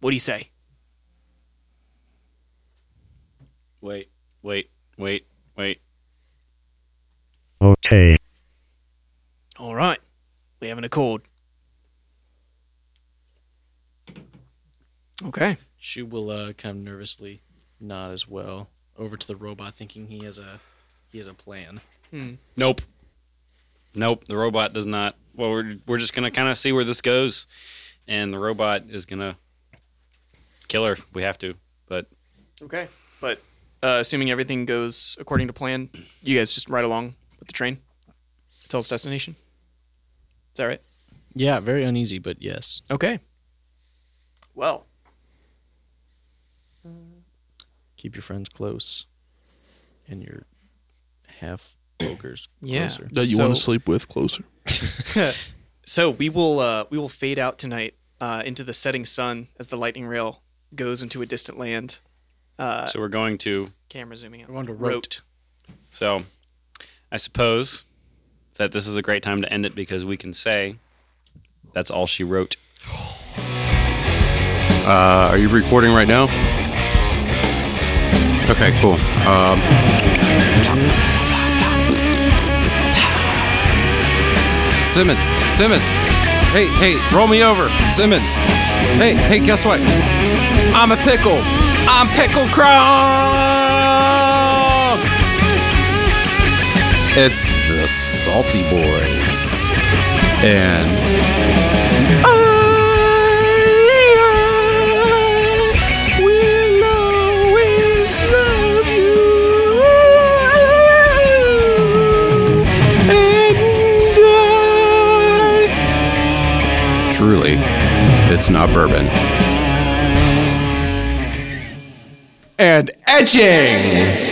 F: What do you say?
C: Wait, wait, wait, wait.
F: Oh.
E: Okay.
F: All right. We have an accord. Okay.
B: She will uh, kind of nervously nod as well over to the robot, thinking he has a he has a plan.
C: Nope. Nope. The robot does not. Well, we're we're just gonna kind of see where this goes, and the robot is gonna kill her. if We have to, but
F: Okay. But uh, assuming everything goes according to plan, you guys just ride along with the train until its destination. Is that right?
B: Yeah, very uneasy, but yes.
F: Okay. Well,
B: Keep your friends close, and your half ogres
F: Yeah.
B: closer.
D: That you
F: So-
D: want to sleep with closer.
F: So we will uh, we will fade out tonight uh, into the setting sun as the lightning rail goes into a distant land.
B: Uh,
C: so we're going to.
F: Camera zooming out.
B: We're on to rote.
C: So, I suppose that this is a great time to end it because we can say that's all she wrote.
A: Uh, are you recording right now? Okay, cool. Um, Simmons, Simmons. Hey, hey, roll me over, Simmons. Hey, hey, guess what? I'm a pickle. I'm Pickle Krog. It's the Salty Boys. And truly, it's not bourbon. And etching.